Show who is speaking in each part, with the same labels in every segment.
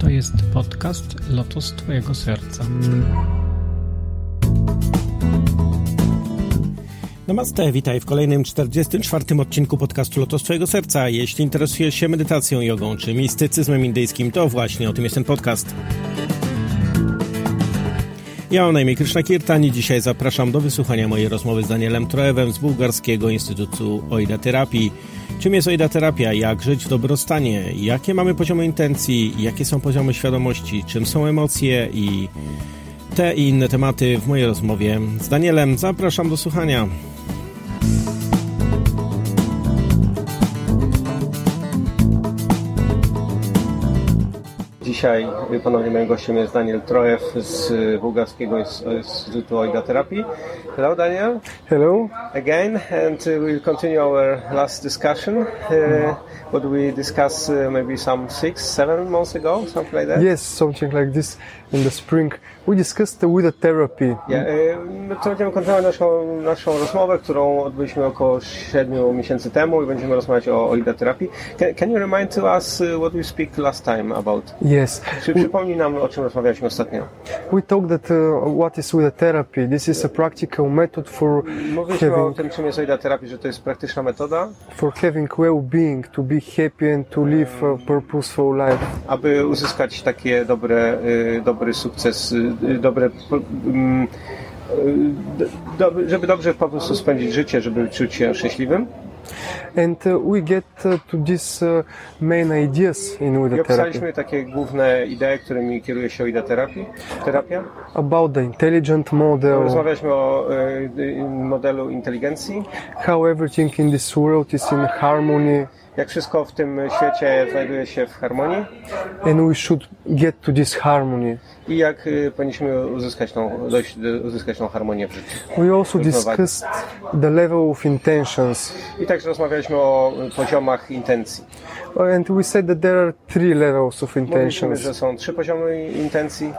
Speaker 1: To jest podcast Lotos Twojego Serca.
Speaker 2: Namaste, witaj w kolejnym 44. odcinku podcastu Lotos Twojego Serca. Jeśli interesujesz się medytacją, jogą czy mistycyzmem indyjskim, to właśnie o tym jest ten podcast. Ja mam na imię Krishna Kirtani. Dzisiaj zapraszam do wysłuchania mojej rozmowy z Danielem Troewem z Bułgarskiego Instytutu Oida Terapii. Czym jest Oida Terapia? Jak żyć w dobrostanie? Jakie mamy poziomy intencji? Jakie są poziomy świadomości? Czym są emocje? I te i inne tematy w mojej rozmowie z Danielem. Zapraszam do słuchania. Dzisiaj ponownie moim gościem jest Daniel Trojew z Bułgarskiego Instytutu Oida Terapii. Hello Daniel.
Speaker 3: Hello.
Speaker 2: Again and we'll continue our last discussion. Uh, what we discussed uh, maybe some six, seven months ago, something like that.
Speaker 3: Yes, something like this in the spring. We discussed the with the therapy.
Speaker 2: Yeah, y, to będziemy kontynuować naszą, naszą rozmowę, którą odbyliśmy około 7 miesięcy temu i będziemy rozmawiać o, o terapii. Can, can, you remind to us uh, what we speak last time about?
Speaker 3: Yes.
Speaker 2: Czy przypomnij nam, o czym rozmawialiśmy ostatnio?
Speaker 3: We talked that uh, what is with the therapy. This is a practical method for
Speaker 2: Mówiliśmy having, o tym, czym jest oida terapii, że to jest praktyczna metoda.
Speaker 3: For having well-being, to be happy and to live a purposeful life.
Speaker 2: Aby uzyskać takie dobre, y, dobry sukces, y, dobre mm, y, żeby dobrze po prostu spędzić życie, żeby czuć się szczęśliwym.
Speaker 3: And uh, we get uh, to these uh, main ideas in Uida
Speaker 2: I opisaliśmy takie główne idee, którymi kieruje się Uida terapii, terapia.
Speaker 3: About the intelligent model.
Speaker 2: Rozmawialiśmy o y, modelu inteligencji.
Speaker 3: How everything in this world is in harmony
Speaker 2: jak wszystko w tym świecie znajduje się w harmonii.
Speaker 3: And we should get to this harmony.
Speaker 2: I jak y, powinniśmy uzyskać tą, dojść, uzyskać tą harmonię w życiu.
Speaker 3: We also discussed the level of intentions.
Speaker 2: I także rozmawialiśmy o poziomach intencji.
Speaker 3: Uh, And we said that there are three levels of intentions. Mówiliśmy,
Speaker 2: że są trzy poziomy intencji.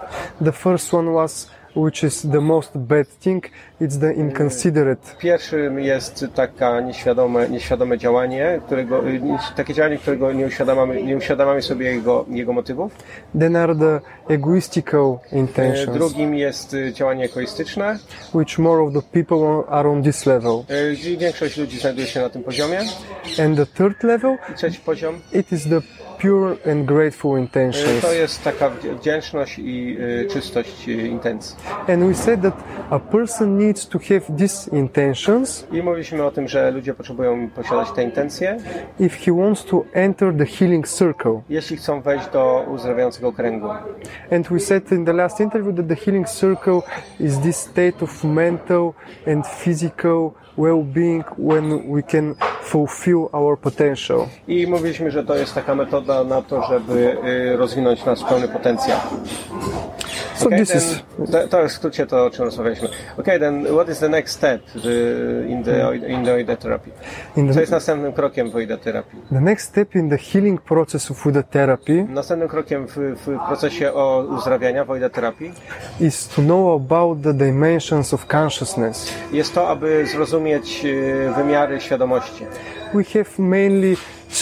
Speaker 3: The first one was which is the most bad thing, it's the inconsiderate.
Speaker 2: Pierwszym jest taka nieświadome, nieświadome działanie, którego, takie działanie, którego nie uświadamiamy, nie uświadamiamy sobie jego, jego motywów.
Speaker 3: Then are the egoistical intentions.
Speaker 2: Drugim jest działanie egoistyczne.
Speaker 3: Which more of the people are on this level.
Speaker 2: Większość ludzi znajduje się na tym poziomie.
Speaker 3: And the third level.
Speaker 2: I trzeci poziom.
Speaker 3: It is the pure and grateful intentions.
Speaker 2: To jest taka wdzięczność i y, czystość intencji.
Speaker 3: And we said that a person needs to have these intentions.
Speaker 2: I mówiliśmy o tym, że ludzie potrzebują posiadać te intencje.
Speaker 3: If he wants to enter the healing circle.
Speaker 2: Jeśli chcą wejść do uzdrawiającego kręgu.
Speaker 3: And we said in the last interview that the healing circle is this state of mental and physical well-being when we can fulfill our potential.
Speaker 2: I mówiliśmy, że to jest taka metoda na to, żeby y, rozwinąć nasz pełny potencjał.
Speaker 3: So okay, this then, is...
Speaker 2: To, to jest w skrócie to, o czym rozmawialiśmy. Okay, then what is the next step the, in
Speaker 3: Hmm.
Speaker 2: the, in the OIDA therapy? In the, Co jest następnym krokiem w OIDA terapii?
Speaker 3: The next step in the healing process of OIDA therapy
Speaker 2: Następnym krokiem w, w procesie o uzdrawiania w OIDA terapii
Speaker 3: is to know about the dimensions of consciousness.
Speaker 2: Jest to, aby zrozumieć y, wymiary świadomości.
Speaker 3: We have mainly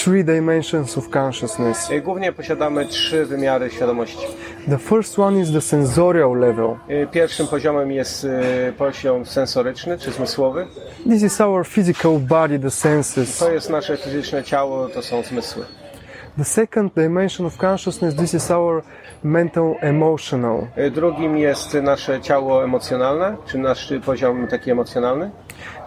Speaker 3: three dimensions of consciousness.
Speaker 2: Y, Głównie posiadamy trzy wymiary świadomości. Y,
Speaker 3: The first one is the sensorial level.
Speaker 2: Pierwszym poziomem jest y, poziom sensoryczny czy zmysłowy.
Speaker 3: This is our physical body, the senses.
Speaker 2: To jest nasze fizyczne ciało, to są zmysły.
Speaker 3: The second dimension of consciousness, this is our mental emotional.
Speaker 2: E, Drugim jest nasze ciało emocjonalne, czy nasz poziom taki emocjonalny.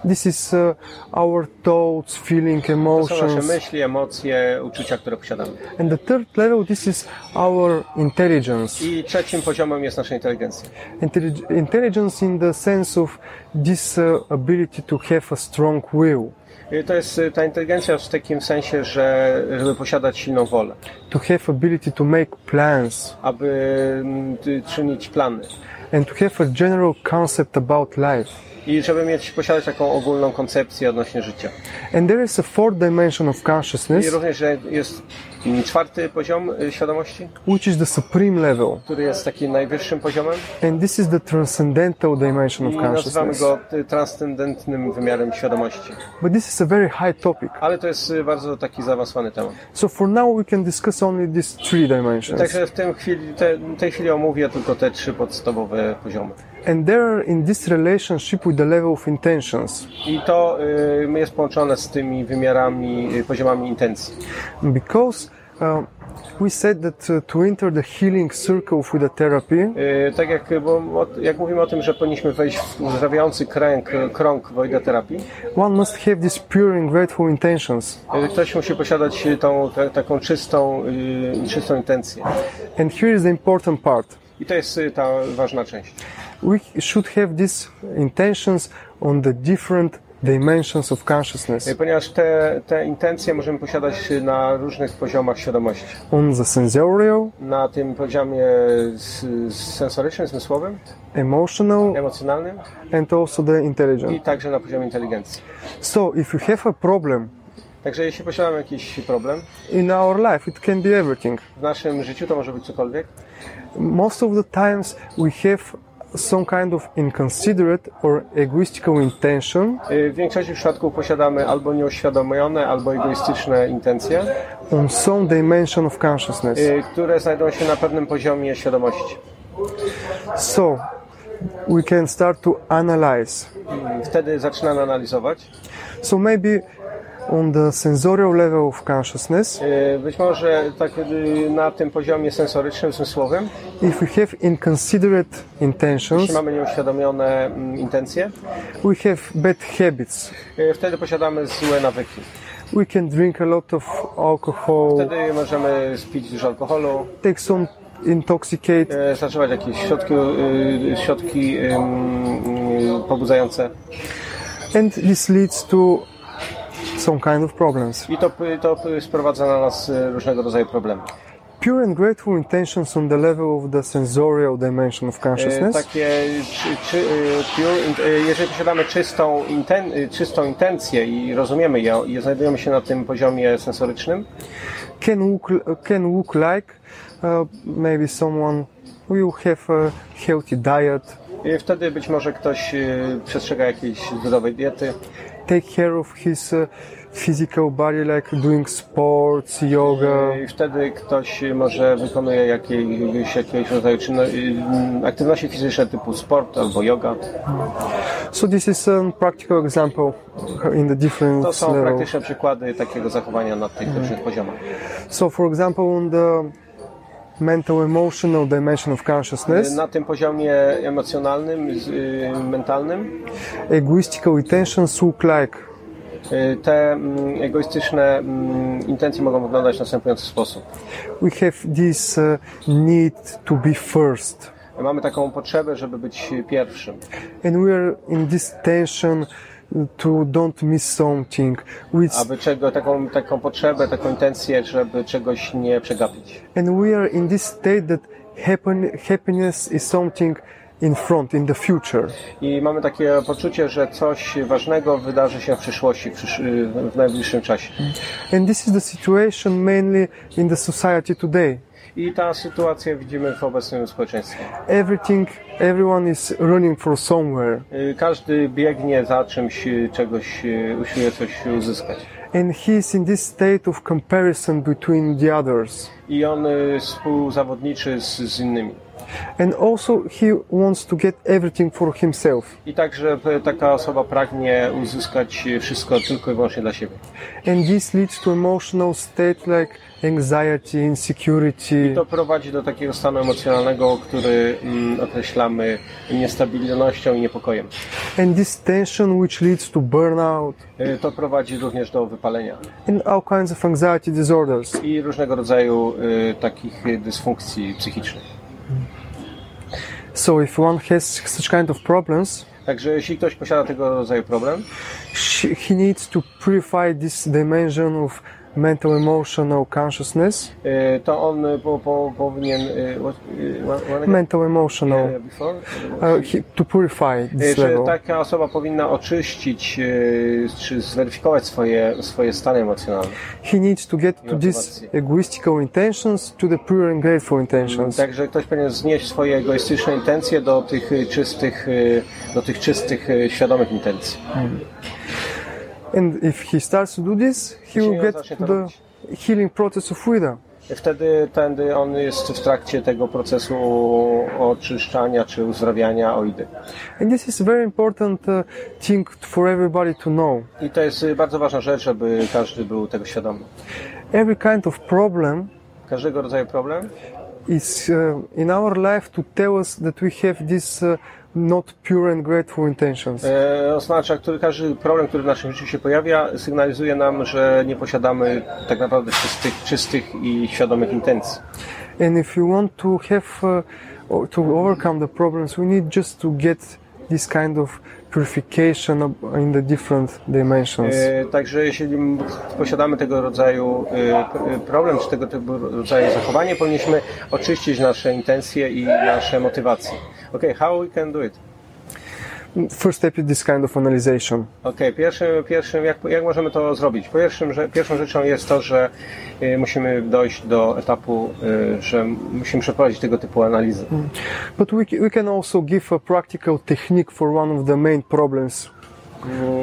Speaker 3: This is uh, our thoughts, feeling, emotions.
Speaker 2: To są nasze myśli, emocje, uczucia, które posiadamy.
Speaker 3: And the third level, this is our intelligence.
Speaker 2: I trzecim poziomem jest nasza inteligencja.
Speaker 3: Intelli intelligence in the sense of this uh, ability to have a strong will.
Speaker 2: E, To jest ta inteligencja w takim sensie, że żeby posiadać silną wolę,
Speaker 3: to have ability to make plans
Speaker 2: aby mm, czynić plany
Speaker 3: and to have a general concept about life.
Speaker 2: i żeby mieć posiadać taką ogólną koncepcję odnośnie życia.
Speaker 3: And there is a fourth dimension of consciousness,
Speaker 2: I również że jest mm, czwarty poziom y, świadomości,
Speaker 3: which is the supreme level.
Speaker 2: który jest takim najwyższym poziomem.
Speaker 3: And this is the transcendental dimension of
Speaker 2: I nazywamy
Speaker 3: consciousness.
Speaker 2: go y, transcendentnym wymiarem świadomości.
Speaker 3: But this is a very high topic.
Speaker 2: Ale to jest y, bardzo taki zaawansowany temat.
Speaker 3: So for now we can discuss only these three dimensions.
Speaker 2: Także w tym chwili, te, tej chwili omówię tylko te trzy podstawowe poziomy.
Speaker 3: And they are in this relationship with the level of intentions.
Speaker 2: I to y, jest połączone z tymi wymiarami, y, poziomami intencji.
Speaker 3: Because uh, we said that uh, to enter the healing circle with a therapy,
Speaker 2: Y, tak jak, bo, o- jak mówimy o tym, że powinniśmy wejść w uzdrawiający kręg, krąg wojda terapii,
Speaker 3: one must have these pure and grateful intentions.
Speaker 2: y, ktoś musi posiadać tą, ta, taką czystą, y, czystą intencję.
Speaker 3: And here is the important part.
Speaker 2: I to jest y, ta ważna część.
Speaker 3: We should have these intentions on the different dimensions of consciousness,
Speaker 2: Y, Ponieważ te, te intencje możemy posiadać y, na różnych poziomach świadomości.
Speaker 3: on the sensorial,
Speaker 2: Na tym poziomie s- sensorycznym, zmysłowym,
Speaker 3: emotional,
Speaker 2: emocjonalnym
Speaker 3: and also the
Speaker 2: i
Speaker 3: intelligent.
Speaker 2: także na poziomie inteligencji.
Speaker 3: So if you have a problem
Speaker 2: Także jeśli posiadamy jakiś problem
Speaker 3: in our life, it can be everything.
Speaker 2: w naszym życiu, to może być cokolwiek,
Speaker 3: Most of the times we have some kind of inconsiderate or egoistical intention
Speaker 2: Y, W większości przypadków posiadamy albo nieuświadomione, albo egoistyczne intencje,
Speaker 3: on some dimension of consciousness.
Speaker 2: y, które znajdują się na pewnym poziomie świadomości.
Speaker 3: So we can start to analyze.
Speaker 2: Y, Wtedy zaczynamy analizować.
Speaker 3: So maybe on the sensorial level of consciousness,
Speaker 2: Y, Być może tak y, na tym poziomie sensorycznym, zmysłowym,
Speaker 3: if we have inconsiderate intentions,
Speaker 2: jeśli mamy nieuświadomione mm, intencje,
Speaker 3: we have bad habits.
Speaker 2: y, wtedy posiadamy złe nawyki.
Speaker 3: We can drink a lot of alcohol,
Speaker 2: Wtedy możemy spić dużo alkoholu,
Speaker 3: take some intoxicate
Speaker 2: y, zażywać jakieś środki, y, środki y, y, pobudzające.
Speaker 3: and this leads to some kind of problems.
Speaker 2: I to, y, to sprowadza na nas y, różnego rodzaju problemy.
Speaker 3: Pure and grateful intentions on the level of the sensorial dimension of
Speaker 2: E,
Speaker 3: consciousness
Speaker 2: takie, czy, czy, e, pure, int- e, jeżeli posiadamy czystą, inten, e, czystą intencję i rozumiemy ją i znajdujemy się na tym poziomie sensorycznym,
Speaker 3: can look, can look like uh, maybe someone will have a healthy diet,
Speaker 2: e, wtedy być może ktoś e, przestrzega jakiejś zdrowej diety,
Speaker 3: take care of his uh, physical body like doing sports, yoga.
Speaker 2: e, i wtedy ktoś e, może wykonuje jakiegoś, jakiegoś rodzaju czynno, e, m, aktywności fizyczne typu sport albo yoga.
Speaker 3: So this is a practical example uh, in the
Speaker 2: To
Speaker 3: different
Speaker 2: są
Speaker 3: level.
Speaker 2: praktyczne przykłady takiego zachowania na tych różnych poziomach.
Speaker 3: So for example on the mental emotional dimension of
Speaker 2: E,
Speaker 3: consciousness,
Speaker 2: Na tym poziomie emocjonalnym, z- e, mentalnym,
Speaker 3: egoistical intentions look like
Speaker 2: Y, Te mm, egoistyczne mm, intencje mogą wyglądać w następujący sposób.
Speaker 3: we have this uh, need to be first
Speaker 2: Mamy taką potrzebę, żeby być pierwszym.
Speaker 3: and we are in this tension to don't miss something which
Speaker 2: Aby czego, taką, taką potrzebę, taką intencję, żeby czegoś nie przegapić.
Speaker 3: and we are in this state that happen, happiness is something in front in the future
Speaker 2: I mamy takie poczucie, że coś ważnego wydarzy się w przyszłości, w, przysz y, w najbliższym czasie.
Speaker 3: and this is the situation mainly in the society today
Speaker 2: I ta sytuację widzimy w obecnym społeczeństwie.
Speaker 3: everything everyone is running for somewhere
Speaker 2: Y, Każdy biegnie za czymś, y, czegoś, y, usiłuje coś uzyskać.
Speaker 3: and he is in this state of comparison between the others
Speaker 2: I on y, współzawodniczy z, z innymi.
Speaker 3: and also he wants to get everything for himself
Speaker 2: I także p- taka osoba pragnie uzyskać wszystko tylko i wyłącznie dla siebie.
Speaker 3: And this leads to emotional state like anxiety, insecurity,
Speaker 2: To prowadzi do takiego stanu emocjonalnego, który mm, określamy niestabilnością i niepokojem.
Speaker 3: and this tension which leads to burnout
Speaker 2: Y, To prowadzi również do wypalenia
Speaker 3: and all kinds of anxiety disorders.
Speaker 2: i różnego rodzaju y, takich y, dysfunkcji psychicznych.
Speaker 3: So if one has such kind of problems,
Speaker 2: Także jeśli ktoś posiada tego rodzaju problem,
Speaker 3: She, he needs to purify this dimension of mental emotional consciousness,
Speaker 2: y, to on y, po, po, powinien... y, what- y, what- what again?
Speaker 3: mental emotional,
Speaker 2: Yeah, uh, before?
Speaker 3: uh, he, to purify
Speaker 2: Y,
Speaker 3: this
Speaker 2: Że
Speaker 3: level.
Speaker 2: taka osoba powinna oczyścić y, czy zweryfikować swoje, swoje stany emocjonalne.
Speaker 3: He needs to get to these egoistical intentions to the pure and grateful intentions.
Speaker 2: Także Tak, ktoś powinien znieść swoje egoistyczne intencje do tych y, czystych, y, do tych czystych y, świadomych intencji.
Speaker 3: And if he starts to do this, he will
Speaker 2: Jeśli on
Speaker 3: get
Speaker 2: zacznie
Speaker 3: to
Speaker 2: to robić,
Speaker 3: the healing process of freedom.
Speaker 2: wtedy tędy on jest w trakcie tego procesu oczyszczania czy uzdrawiania oidy.
Speaker 3: And this is very important uh, thing for everybody to know.
Speaker 2: I to jest y, bardzo ważna rzecz, żeby każdy był tego świadomy.
Speaker 3: Every kind of problem
Speaker 2: Każdego rodzaju problem
Speaker 3: is uh, in our life to tell us that we have this uh, not pure and grateful intentions.
Speaker 2: e, oznacza, który każdy problem, który w naszym życiu się pojawia, sygnalizuje nam, że nie posiadamy tak naprawdę czystych, czystych i świadomych intencji.
Speaker 3: And if you want to have uh, or to overcome the problems, we need just to get this kind of purification of- in the different dimensions.
Speaker 2: E, Także jeśli m- posiadamy tego rodzaju e, p- e, problem, czy tego typu rodzaju zachowanie, powinniśmy oczyścić nasze intencje i nasze motywacje. Ok, how we can do it?
Speaker 3: First step is this kind of analyzation.
Speaker 2: Ok, pierwszym, pierwszym jak, jak możemy to zrobić? Pierwszym, że, pierwszą rzeczą jest to, że e, musimy dojść do etapu, e, że musimy przeprowadzić tego typu analizy.
Speaker 3: But we, ca- we can also give a practical technique for one of the main problems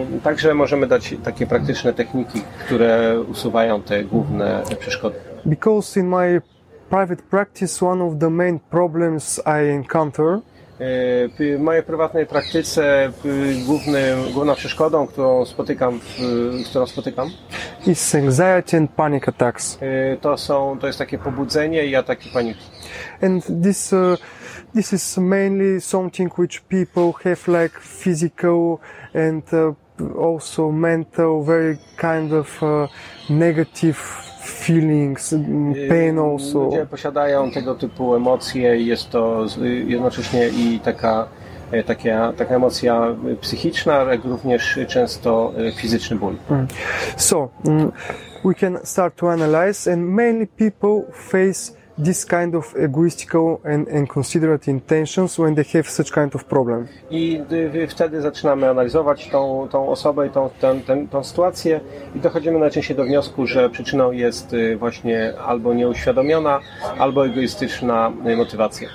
Speaker 2: Mm, Także możemy dać takie praktyczne techniki, które usuwają te główne przeszkody.
Speaker 3: Because in my private practice, one of the main problems I encounter
Speaker 2: E, p- W mojej prywatnej praktyce p- głównym, główną przeszkodą, którą spotykam, w- którą spotykam
Speaker 3: is anxiety and panic attacks.
Speaker 2: e, to, są, to jest takie pobudzenie i ataki paniki.
Speaker 3: And this, uh, this is mainly something which people have like physical and uh, also mental, very kind of uh, negative feelings, mm,
Speaker 2: E,
Speaker 3: pain also.
Speaker 2: Ludzie posiadają tego typu emocje i jest to z- y, jednocześnie i taka, e, taka, taka emocja y, psychiczna, ale również y, często y, fizyczny ból.
Speaker 3: So, mm, we can start to analyze, and mainly people face this kind of egoistical and inconsiderate intentions when they have such kind of problem.
Speaker 2: I y, y, wtedy zaczynamy analizować tą, tą osobę i tą, ten, ten, tą sytuację i dochodzimy najczęściej do wniosku, że przyczyną jest y, właśnie albo nieuświadomiona, albo egoistyczna y, motywacja.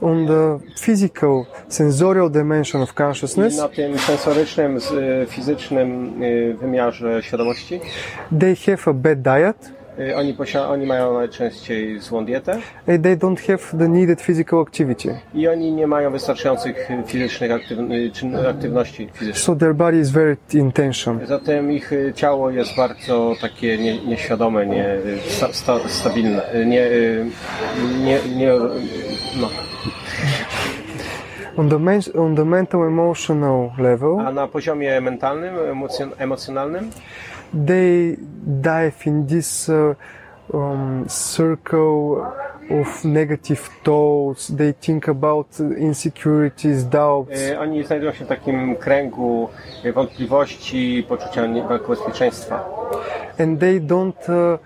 Speaker 3: On the physical, sensorial dimension of
Speaker 2: I
Speaker 3: consciousness,
Speaker 2: na tym sensorycznym, z- y, fizycznym y, wymiarze świadomości
Speaker 3: they have a bad diet,
Speaker 2: y, oni, posia- oni mają najczęściej złą dietę
Speaker 3: and they don't have the needed physical activity.
Speaker 2: i oni nie mają wystarczających y, fizycznych aktyw- y, czyn- aktywności fizycznych.
Speaker 3: So their body is very in tension.
Speaker 2: Zatem ich y, ciało jest bardzo takie nie, nieświadome, nie, y, sta, sta, stabilne, y, nie, y, nie, nie, no.
Speaker 3: On the, men- on the mental emotional
Speaker 2: A
Speaker 3: level,
Speaker 2: na poziomie mentalnym, emocjon, emocjonalnym
Speaker 3: they dive in this uh, um, circle of negative thoughts. They think about insecurities, doubts.
Speaker 2: y, oni znajdują się w takim kręgu y, wątpliwości, poczucia nie- braku bezpieczeństwa.
Speaker 3: and they don't uh,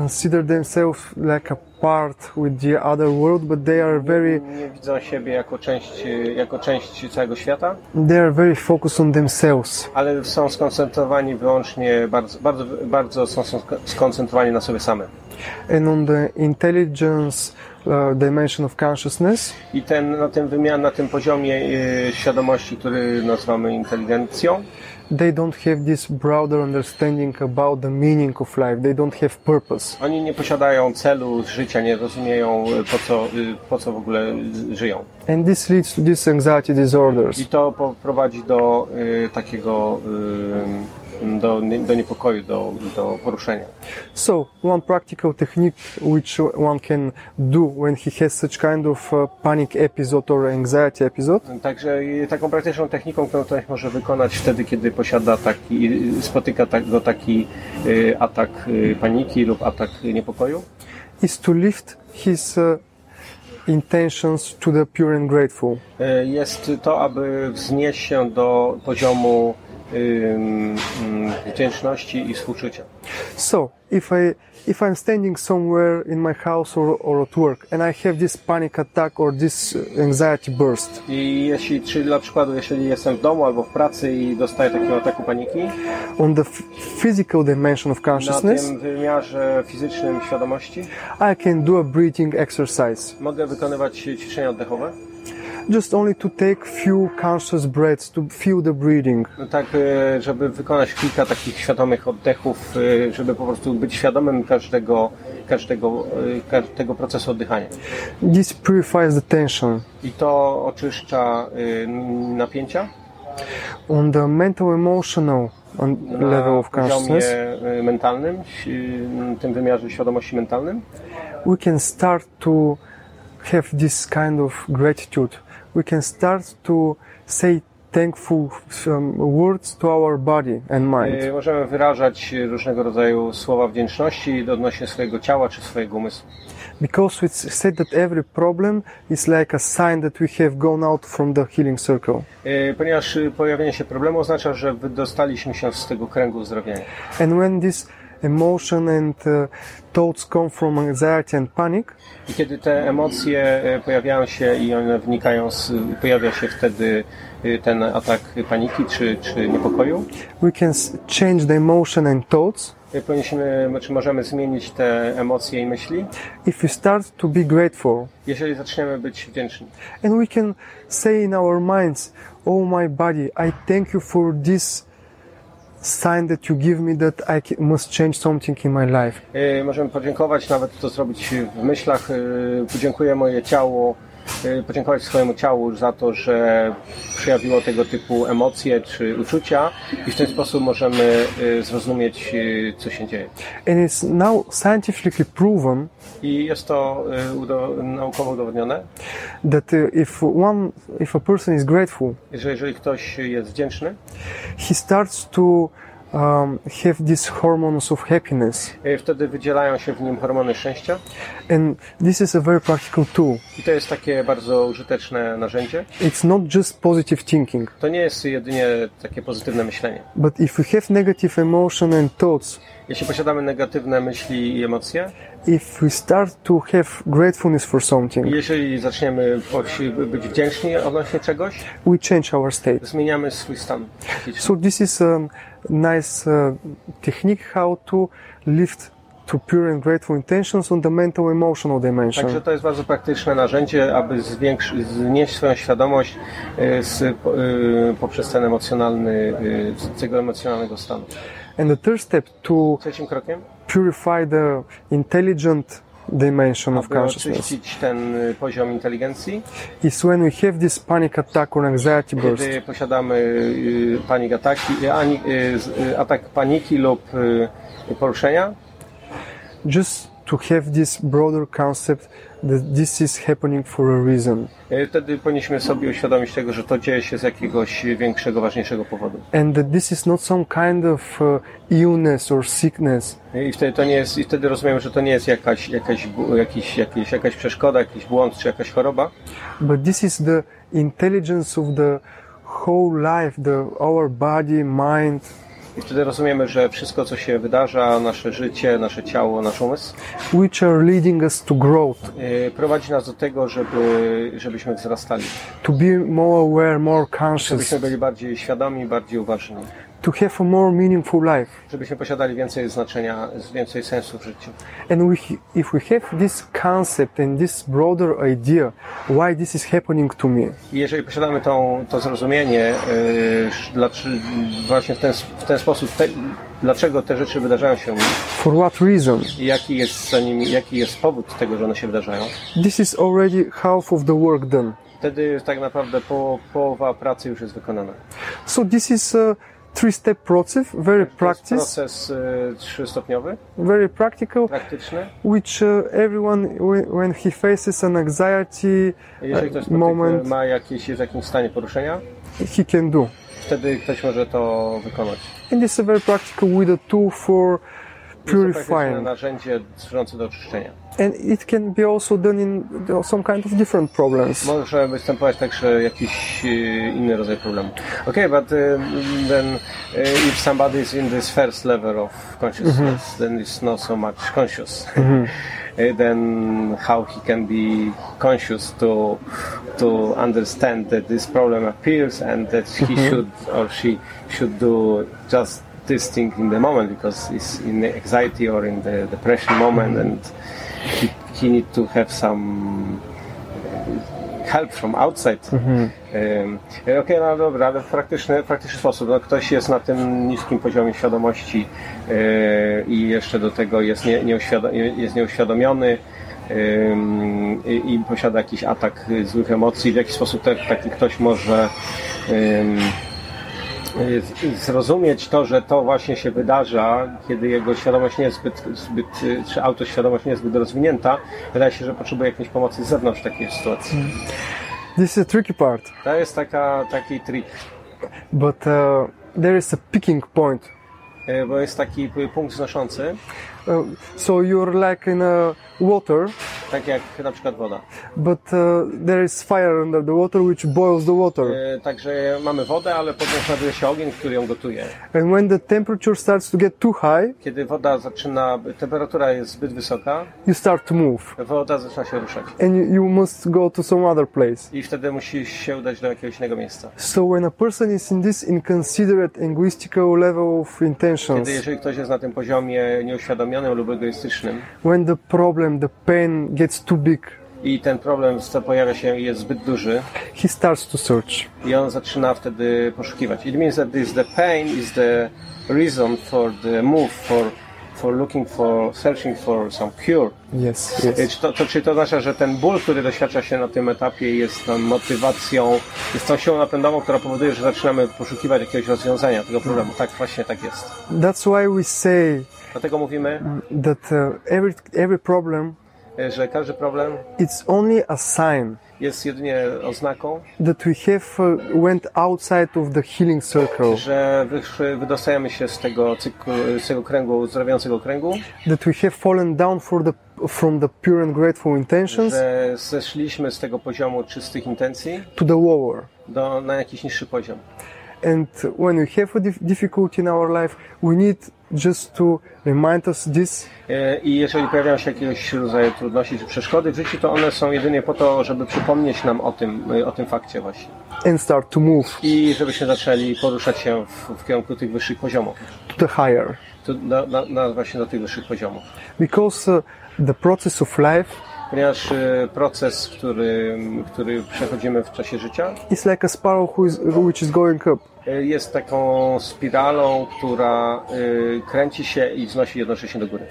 Speaker 3: consider themselves like a part with the other world but they are very
Speaker 2: Nie widzą siebie jako część, y, jako część całego świata,
Speaker 3: they are very focused on themselves
Speaker 2: ale są skoncentrowani wyłącznie, bardzo, bardzo, bardzo są skon- skoncentrowani na sobie samym.
Speaker 3: and on the intelligence uh, dimension of consciousness
Speaker 2: I ten, na tym wymian, na tym poziomie y, świadomości, który nazywamy inteligencją,
Speaker 3: they don't have this broader understanding about the meaning of life they don't have purpose
Speaker 2: oni nie posiadają celu życia, nie rozumieją y, po co, y, po co w ogóle y, żyją.
Speaker 3: and this leads to these anxiety
Speaker 2: I
Speaker 3: disorders
Speaker 2: to po- prowadzi do y, takiego, y, do, nie- do niepokoju, do, do poruszenia.
Speaker 3: so one practical technique which one can do when he has such kind of uh, panic episode or anxiety episode
Speaker 2: Także y, taką praktyczną techniką, którą ktoś może wykonać wtedy, kiedy posiada taki, spotyka tak, go taki y, atak y, paniki lub atak niepokoju,
Speaker 3: is to lift his uh, intentions to the pure and grateful.
Speaker 2: E, Jest to, aby wznieść się do poziomu ym, ym, wdzięczności i współczucia.
Speaker 3: So, if I if I'm standing somewhere in my house or, or at work and I have this panic attack or this uh, anxiety burst,
Speaker 2: I jeśli, czyli dla przykładu, jeśli jestem w domu albo w pracy i dostaję takiego ataku paniki,
Speaker 3: on the f- physical dimension of
Speaker 2: na
Speaker 3: consciousness,
Speaker 2: tym wymiarze fizycznym świadomości
Speaker 3: I can do a breathing exercise.
Speaker 2: mogę wykonywać ćwiczenia oddechowe.
Speaker 3: Just only to take few conscious breaths to feel the breathing.
Speaker 2: No Tak, e, żeby wykonać kilka takich świadomych oddechów, e, żeby po prostu być świadomym każdego, każdego, e, każdego procesu oddychania.
Speaker 3: This purifies the tension.
Speaker 2: I to oczyszcza y, napięcia
Speaker 3: On the mental emotional on
Speaker 2: na
Speaker 3: level of
Speaker 2: poziomie
Speaker 3: consciousness,
Speaker 2: y, mentalnym, y, tym wymiarze świadomości mentalnym.
Speaker 3: we can start to have this kind of gratitude. We can start to say thankful um, words to our body and
Speaker 2: Y,
Speaker 3: mind.
Speaker 2: Możemy wyrażać y, różnego rodzaju słowa wdzięczności odnośnie swojego ciała czy swojego umysłu.
Speaker 3: Because it's said that every problem is like a sign that we have gone out from the healing circle.
Speaker 2: Y, Ponieważ y, pojawienie się problemu oznacza, że wydostaliśmy się z tego kręgu uzdrowienia.
Speaker 3: And when this emotion and uh, thoughts come from anxiety and panic,
Speaker 2: I kiedy te emocje y, pojawiają się i one wnikają, z, pojawia się wtedy y, ten atak paniki czy, czy niepokoju,
Speaker 3: we can s- change the emotion and thoughts
Speaker 2: y, powinniśmy, czy możemy zmienić te emocje i myśli.
Speaker 3: if we start to be grateful.
Speaker 2: Jeżeli zaczniemy być wdzięczni.
Speaker 3: And we can say in our minds, Oh my body, I thank you for this sign that you give me that I ca- must change something in my life.
Speaker 2: Yy, możemy podziękować, nawet to zrobić w myślach. Yy, podziękuję moje ciało, yy, podziękować swojemu ciału za to, że przejawiło tego typu emocje czy uczucia i w ten sposób możemy yy, zrozumieć, yy, co się dzieje.
Speaker 3: And it's now scientifically proven
Speaker 2: I jest to yy, udo- naukowo udowodnione,
Speaker 3: that uh, if one, if a person is grateful,
Speaker 2: że jeżeli ktoś jest wdzięczny,
Speaker 3: he starts to um, have these hormones of happiness.
Speaker 2: yy, wtedy wydzielają się w nim hormony szczęścia
Speaker 3: And this is a very practical tool.
Speaker 2: i to jest takie bardzo użyteczne narzędzie.
Speaker 3: It's not just positive thinking,
Speaker 2: To nie jest jedynie takie pozytywne myślenie.
Speaker 3: but if we have negative emotion and thoughts,
Speaker 2: Jeśli posiadamy negatywne myśli i emocje,
Speaker 3: if we start to have gratefulness for something,
Speaker 2: Jeżeli zaczniemy poś- być wdzięczni odnośnie czegoś,
Speaker 3: we change our state.
Speaker 2: zmieniamy swój stan.
Speaker 3: So this is a nice uh, technique how to lift to pure and grateful intentions on the mental emotional
Speaker 2: Także
Speaker 3: dimension.
Speaker 2: to jest bardzo praktyczne narzędzie, aby zwiększy, znieść swoją świadomość e, z, po- e, poprzez ten emocjonalny, e, z tego emocjonalnego stanu.
Speaker 3: And the third step to
Speaker 2: Trzecim krokiem,
Speaker 3: purify the intelligent dimension of
Speaker 2: aby
Speaker 3: consciousness
Speaker 2: oczyścić ten e, poziom inteligencji,
Speaker 3: is when we have this panic attack or anxiety burst.
Speaker 2: kiedy posiadamy e, panik ataki, e, ani, e, z- e, atak paniki lub e, poruszenia,
Speaker 3: Just to have this broader concept that this is happening for a reason.
Speaker 2: E, wtedy powinniśmy sobie uświadomić tego, że to dzieje się z jakiegoś większego, ważniejszego powodu.
Speaker 3: And that this is not some kind of uh, illness or sickness.
Speaker 2: I wtedy, to nie jest, I wtedy rozumiem, że to nie jest jakaś, jakaś, bu- jakiś, jakiś, jakaś przeszkoda, jakiś błąd czy jakaś choroba,
Speaker 3: But this is the intelligence of the whole life, the our body, mind,
Speaker 2: i wtedy rozumiemy, że wszystko, co się wydarza, nasze życie, nasze ciało, nasz umysł,
Speaker 3: which are leading us to growth,
Speaker 2: yy, prowadzi nas do tego, żeby, żebyśmy wzrastali,
Speaker 3: to be more aware, more conscious,
Speaker 2: żebyśmy byli bardziej świadomi, bardziej uważni,
Speaker 3: to have a more meaningful life.
Speaker 2: żebyśmy posiadali więcej znaczenia, więcej sensu w życiu.
Speaker 3: And we, if we have this concept and this broader idea, why this is happening to me,
Speaker 2: I jeżeli posiadamy tą, to zrozumienie, yy, dla, czy- właśnie w ten, w ten sposób, te, dlaczego te rzeczy wydarzają się
Speaker 3: for what reason,
Speaker 2: i jaki jest, za nimi, jaki jest powód tego, że one się wydarzają,
Speaker 3: this is already half of the work done.
Speaker 2: Wtedy tak naprawdę po, połowa pracy już jest wykonana.
Speaker 3: So this is a three-step process, very
Speaker 2: To jest
Speaker 3: practice,
Speaker 2: proces y, trzystopniowy,
Speaker 3: very practical,
Speaker 2: praktyczny.
Speaker 3: which uh, everyone whe- when he faces an anxiety
Speaker 2: Jeżeli ktoś y,
Speaker 3: uh, moment
Speaker 2: ma jakieś, jest w jakimś stanie poruszenia,
Speaker 3: he can do
Speaker 2: wtedy ktoś może to wykonać.
Speaker 3: and this is very practical with a tool for
Speaker 2: purifying.
Speaker 3: purifying.
Speaker 2: narzędzie służące do oczyszczenia.
Speaker 3: And it can be also done in uh, some kind of different problems.
Speaker 2: Może występować także jakiś e, inny rodzaj problemu. Okay, but e, then e, if somebody is in this first level of consciousness, then it's not so much conscious. E, then how he can be conscious to to understand that this problem appears and that he should or she should do just this thing in the moment because it's in the anxiety or in the depression moment and he, he need to have some help from outside. Ym, Okej, no dobra, ale w praktyczny, w praktyczny sposób. No, ktoś jest na tym niskim poziomie świadomości yy, i jeszcze do tego jest, nie, nieuświado- jest nieuświadomiony ym, i, i posiada jakiś atak y, złych emocji. W jaki sposób te, taki ktoś może ym, y, zrozumieć to, że to właśnie się wydarza, kiedy jego świadomość nie jest zbyt, zbyt y, czy autoświadomość nie jest zbyt rozwinięta, wydaje się, że potrzebuje jakiejś pomocy z zewnątrz w takiej sytuacji.
Speaker 3: This is a tricky part,
Speaker 2: To jest taka, taki trik,
Speaker 3: but uh, there is a picking point.
Speaker 2: y, bo jest taki y, punkt znoszący,
Speaker 3: Uh, so you're like in a water,
Speaker 2: tak jak na przykład woda.
Speaker 3: but uh, there is fire under the water which boils the water.
Speaker 2: Y, Także mamy wodę, ale potem znajduje się ogień, który ją gotuje.
Speaker 3: And when the temperature starts to get too high,
Speaker 2: Kiedy woda zaczyna, temperatura jest zbyt wysoka,
Speaker 3: you start to move
Speaker 2: woda zaczyna się ruszać.
Speaker 3: and you, you must go to some other place.
Speaker 2: I wtedy musi się udać do jakiegoś innego miejsca.
Speaker 3: So when a person is in this inconsiderate linguistical level of intentions,
Speaker 2: Kiedy jeżeli ktoś jest na tym poziomie nieuświadomionym lub egoistycznym,
Speaker 3: when the problem, the pain gets too big,
Speaker 2: i ten problem co pojawia się i jest zbyt duży
Speaker 3: he starts to search.
Speaker 2: i on zaczyna wtedy poszukiwać. It means that this the pain is the reason for the move for for looking for searching for some cure.
Speaker 3: Yes,
Speaker 2: E,
Speaker 3: yes.
Speaker 2: Czy to, to, czy to oznacza, że ten ból, który doświadcza się na tym etapie jest tą motywacją, jest tą siłą napędową, która powoduje, że zaczynamy poszukiwać jakiegoś rozwiązania tego problemu. Tak, właśnie tak jest.
Speaker 3: That's why we say
Speaker 2: Dlatego mówimy,
Speaker 3: that uh, every every problem
Speaker 2: e, że każdy problem
Speaker 3: it's only a sign
Speaker 2: jest jedynie oznaką,
Speaker 3: that we have uh, went outside of the healing circle,
Speaker 2: że wysz- wydostajemy się z tego cyklu, z tego kręgu, zdrowiącego kręgu
Speaker 3: that we have fallen down for the from the pure and grateful intentions
Speaker 2: że zeszliśmy z tego poziomu czystych intencji
Speaker 3: to the lower.
Speaker 2: do, na jakiś niższy poziom.
Speaker 3: And when we have a dif- difficulty in our life, we need just to remind us this
Speaker 2: E, I jeżeli pojawiają się jakiegoś rodzaju trudności czy przeszkody w życiu, to one są jedynie po to, żeby przypomnieć nam o tym, e, o tym fakcie właśnie.
Speaker 3: and start to move
Speaker 2: I żebyśmy zaczęli poruszać się w, w kierunku tych wyższych poziomów.
Speaker 3: to the higher,
Speaker 2: To na, na, na właśnie do tych wyższych poziomów.
Speaker 3: because uh, the process of life
Speaker 2: Ponieważ e, proces, który, który przechodzimy w czasie życia,
Speaker 3: is like a sparrow who is, which is going up.
Speaker 2: e, jest taką spiralą, która e, kręci się i wznosi jednocześnie do góry.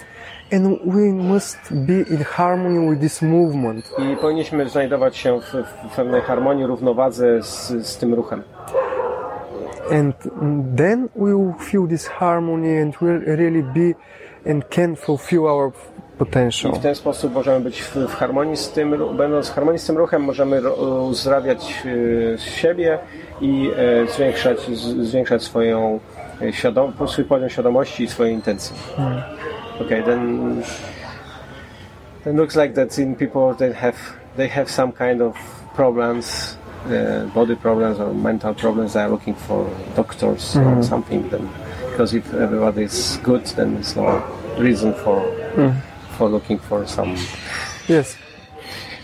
Speaker 3: And we must be in harmony with this movement.
Speaker 2: I powinniśmy znajdować się w, w pewnej harmonii, równowadze z, z tym ruchem.
Speaker 3: And then we will feel this harmony and we'll really be and can fulfill our
Speaker 2: W
Speaker 3: potential.
Speaker 2: ten sposób możemy być w, w harmonii z tym, ru- będąc w harmonii z tym ruchem, możemy ro- uzdrawiać e, siebie i e, zwiększać, z, zwiększać swoją e, świadom, swój poziom świadomości i swoje intencje. Okay, then, then looks like that in people they have they have some kind of problems, uh, body problems or mental problems. They are looking for doctors or something. Then, because if everybody is good, then there's no reason for for looking for some.
Speaker 3: Yes.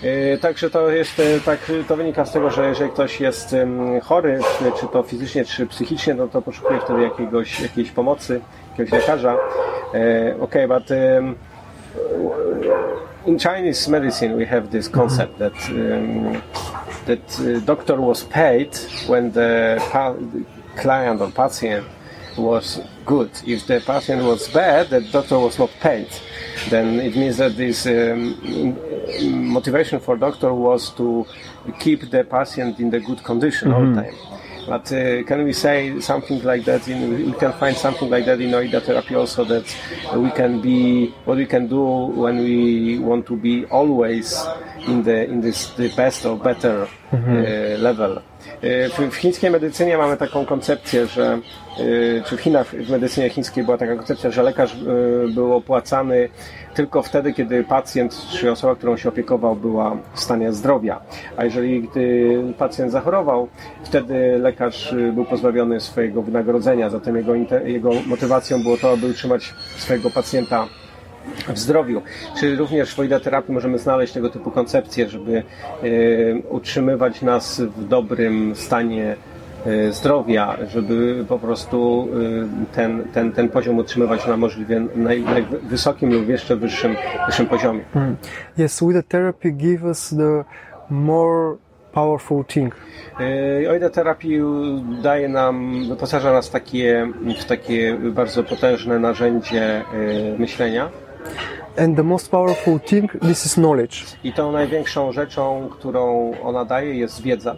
Speaker 2: E, Także to jest e, tak, e, to wynika z tego, że jeżeli ktoś jest em, chory, czy- czy to fizycznie, czy psychicznie, no to poszukuje wtedy jakiegoś, jakiejś pomocy, jakiegoś lekarza. E, Okay, but em, in Chinese medicine we have this concept that um, that uh, doctor was paid when the pa- client or patient was good. If the patient was bad, the doctor was not paid. Then it means that this um, motivation for doctor was to keep the patient in the good condition all time. But uh, can we say something like that? In, we can find something like that in Oida therapy also that we can be what we can do when we want to be always in the in this the best or better e, level. E, W, w chińskiej medycynie mamy taką koncepcję, że e, czy w Chinach w medycynie chińskiej była taka koncepcja, że lekarz e, był opłacany tylko wtedy, kiedy pacjent czy osoba, którą się opiekował, była w stanie zdrowia. A jeżeli gdy pacjent zachorował, wtedy lekarz e, był pozbawiony swojego wynagrodzenia. Zatem jego, inte- jego motywacją było to, aby utrzymać swojego pacjenta w zdrowiu. Czy również w terapii możemy znaleźć tego typu koncepcje, żeby e, utrzymywać nas w dobrym stanie e, zdrowia, żeby po prostu e, ten, ten, ten poziom utrzymywać na możliwie naj- najwysokim lub jeszcze wyższym, wyższym poziomie.
Speaker 3: Yes, with the therapy give us the more powerful thing.
Speaker 2: E, Ojda terapii daje nam, wyposaża nas w takie, w takie bardzo potężne narzędzie e, myślenia.
Speaker 3: And the most powerful thing, this is knowledge.
Speaker 2: I tą największą rzeczą, którą ona daje, jest wiedza.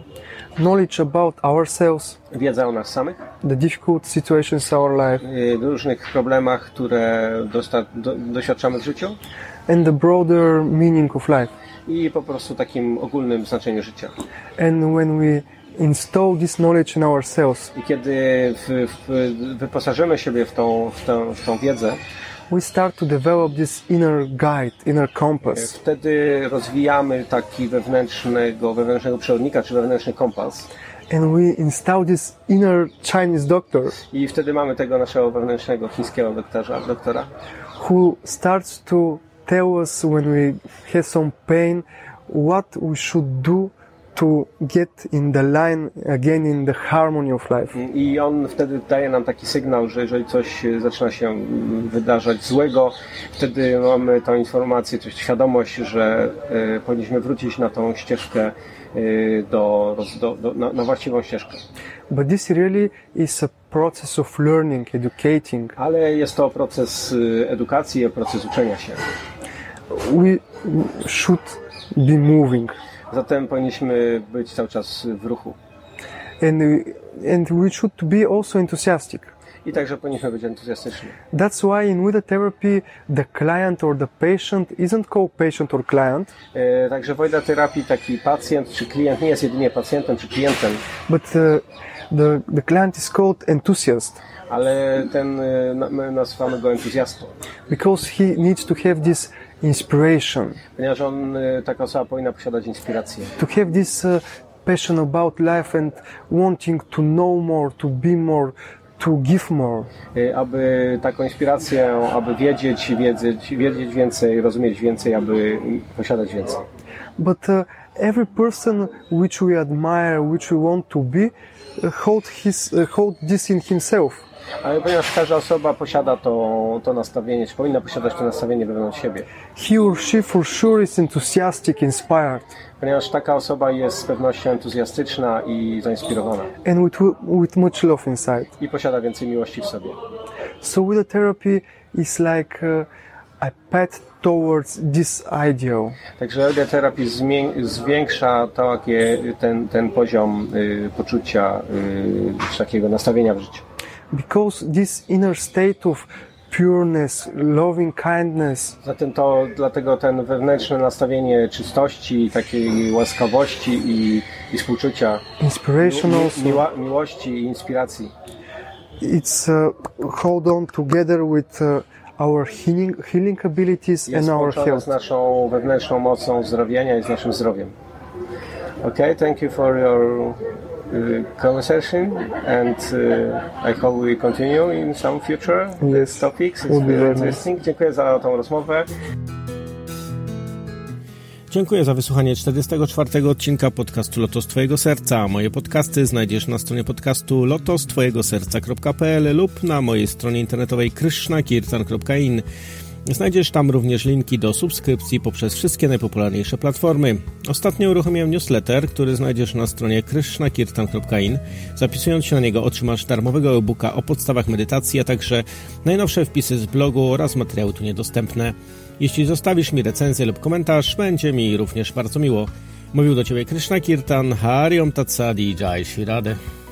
Speaker 3: Knowledge about ourselves,
Speaker 2: Wiedza o nas samych.
Speaker 3: the difficult situations in our life,
Speaker 2: y, różnych problemach, które dosta- do, doświadczamy w życiu
Speaker 3: and the broader meaning of life.
Speaker 2: i po prostu takim ogólnym znaczeniu życia.
Speaker 3: And when we install this knowledge in ourselves,
Speaker 2: I kiedy w, w, wyposażymy siebie w tą, w, tą, w tą wiedzę,
Speaker 3: we start to develop this inner guide, inner
Speaker 2: y,
Speaker 3: compass.
Speaker 2: wtedy rozwijamy taki wewnętrznego, wewnętrznego przewodnika czy wewnętrzny kompas.
Speaker 3: And we install this inner Chinese doctor
Speaker 2: I wtedy mamy tego naszego wewnętrznego chińskiego doktorza, doktora,
Speaker 3: who starts to tell us when we have some pain what we should do to get in the line again in the harmony of life.
Speaker 2: I on wtedy daje nam taki sygnał, że jeżeli coś e, zaczyna się mm, wydarzać złego, wtedy mamy tą informację, czy świadomość, że e, powinniśmy wrócić na tą ścieżkę e, do, roz- do, do na, na właściwą ścieżkę.
Speaker 3: But this really is a process of learning, educating.
Speaker 2: Ale jest to proces e, edukacji, proces uczenia się.
Speaker 3: We should be moving
Speaker 2: Zatem powinniśmy być cały czas w ruchu.
Speaker 3: and we, and we should be also enthusiastic.
Speaker 2: I także powinniśmy być entuzjastyczni.
Speaker 3: That's why in with the therapy the client or the patient isn't called patient or client,
Speaker 2: E, Także wojna terapii taki pacjent czy klient nie jest jedynie pacjentem czy klientem,
Speaker 3: but uh, the, the client is called enthusiast.
Speaker 2: ale ten, e, na- my nazywamy go entuzjastą.
Speaker 3: because he needs to have this inspiration,
Speaker 2: ponieważ on, y, taka osoba powinna posiadać inspirację.
Speaker 3: to have this uh, passion about life and wanting to know more, to be more, to give more.
Speaker 2: Y, Aby taką inspirację, aby wiedzieć, wiedzieć, wiedzieć więcej, rozumieć więcej, aby posiadać więcej.
Speaker 3: But uh, every person which we admire, which we want to be, uh, hold his uh, hold this in himself.
Speaker 2: Ale ponieważ każda osoba posiada to, to nastawienie, czy powinna posiadać to nastawienie wewnątrz siebie.
Speaker 3: He or she for sure is enthusiastic, inspired,
Speaker 2: Ponieważ taka osoba jest z pewnością entuzjastyczna i zainspirowana.
Speaker 3: and with with much love inside.
Speaker 2: I posiada więcej miłości w sobie.
Speaker 3: So with the therapy, it's like uh, a path towards this ideal.
Speaker 2: Także yoga terapii zmię- zwiększa takie, ten, ten poziom y, poczucia, y, czy takiego nastawienia w życiu.
Speaker 3: because this inner state of pureness, loving kindness,
Speaker 2: Zatem to dlatego ten wewnętrzne nastawienie czystości, takiej łaskawości i, i współczucia, mi,
Speaker 3: inspiration also,
Speaker 2: miła, miłości i inspiracji
Speaker 3: it's uh, hold on together with uh, our healing, healing abilities
Speaker 2: jest
Speaker 3: and our
Speaker 2: połączone z
Speaker 3: health.
Speaker 2: naszą wewnętrzną mocą zdrowienia i z naszym zdrowiem. Okay, thank you for your uh, conversation and uh, I hope we continue in some future
Speaker 3: Yes.
Speaker 2: topics.
Speaker 3: Would be
Speaker 2: It's very
Speaker 3: very
Speaker 2: interesting. Dziękuję za tą rozmowę.
Speaker 4: Dziękuję za wysłuchanie 44 odcinka podcastu Lotos Twojego Serca. Moje podcasty znajdziesz na stronie podcastu lotostwojegoserca.pl lub na mojej stronie internetowej krishnakirtan.in. Znajdziesz tam również linki do subskrypcji poprzez wszystkie najpopularniejsze platformy. Ostatnio uruchomiłem newsletter, który znajdziesz na stronie krishnakirtan.in. Zapisując się na niego otrzymasz darmowego e-booka o podstawach medytacji, a także najnowsze wpisy z blogu oraz materiały tu niedostępne. Jeśli zostawisz mi recenzję lub komentarz, będzie mi również bardzo miło. Mówił do Ciebie Krishna Kirtan, Hariom Tatsadi, Jai Shri Radhe.